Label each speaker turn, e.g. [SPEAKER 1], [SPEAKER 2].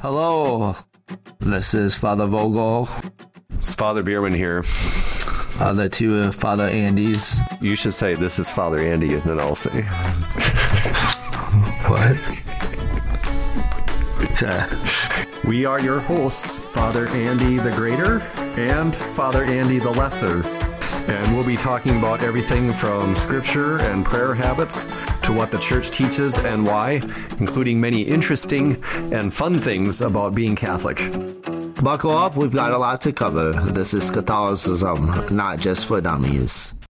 [SPEAKER 1] Hello, this is Father Vogel.
[SPEAKER 2] It's Father Bierman here.
[SPEAKER 1] Uh, the two of Father Andy's.
[SPEAKER 2] You should say, This is Father Andy, and then I'll say,
[SPEAKER 1] What? Okay.
[SPEAKER 2] We are your hosts, Father Andy the Greater and Father Andy the Lesser. And we'll be talking about everything from scripture and prayer habits to what the church teaches and why, including many interesting and fun things about being Catholic.
[SPEAKER 3] Buckle up, we've got a lot to cover. This is Catholicism, not just for dummies.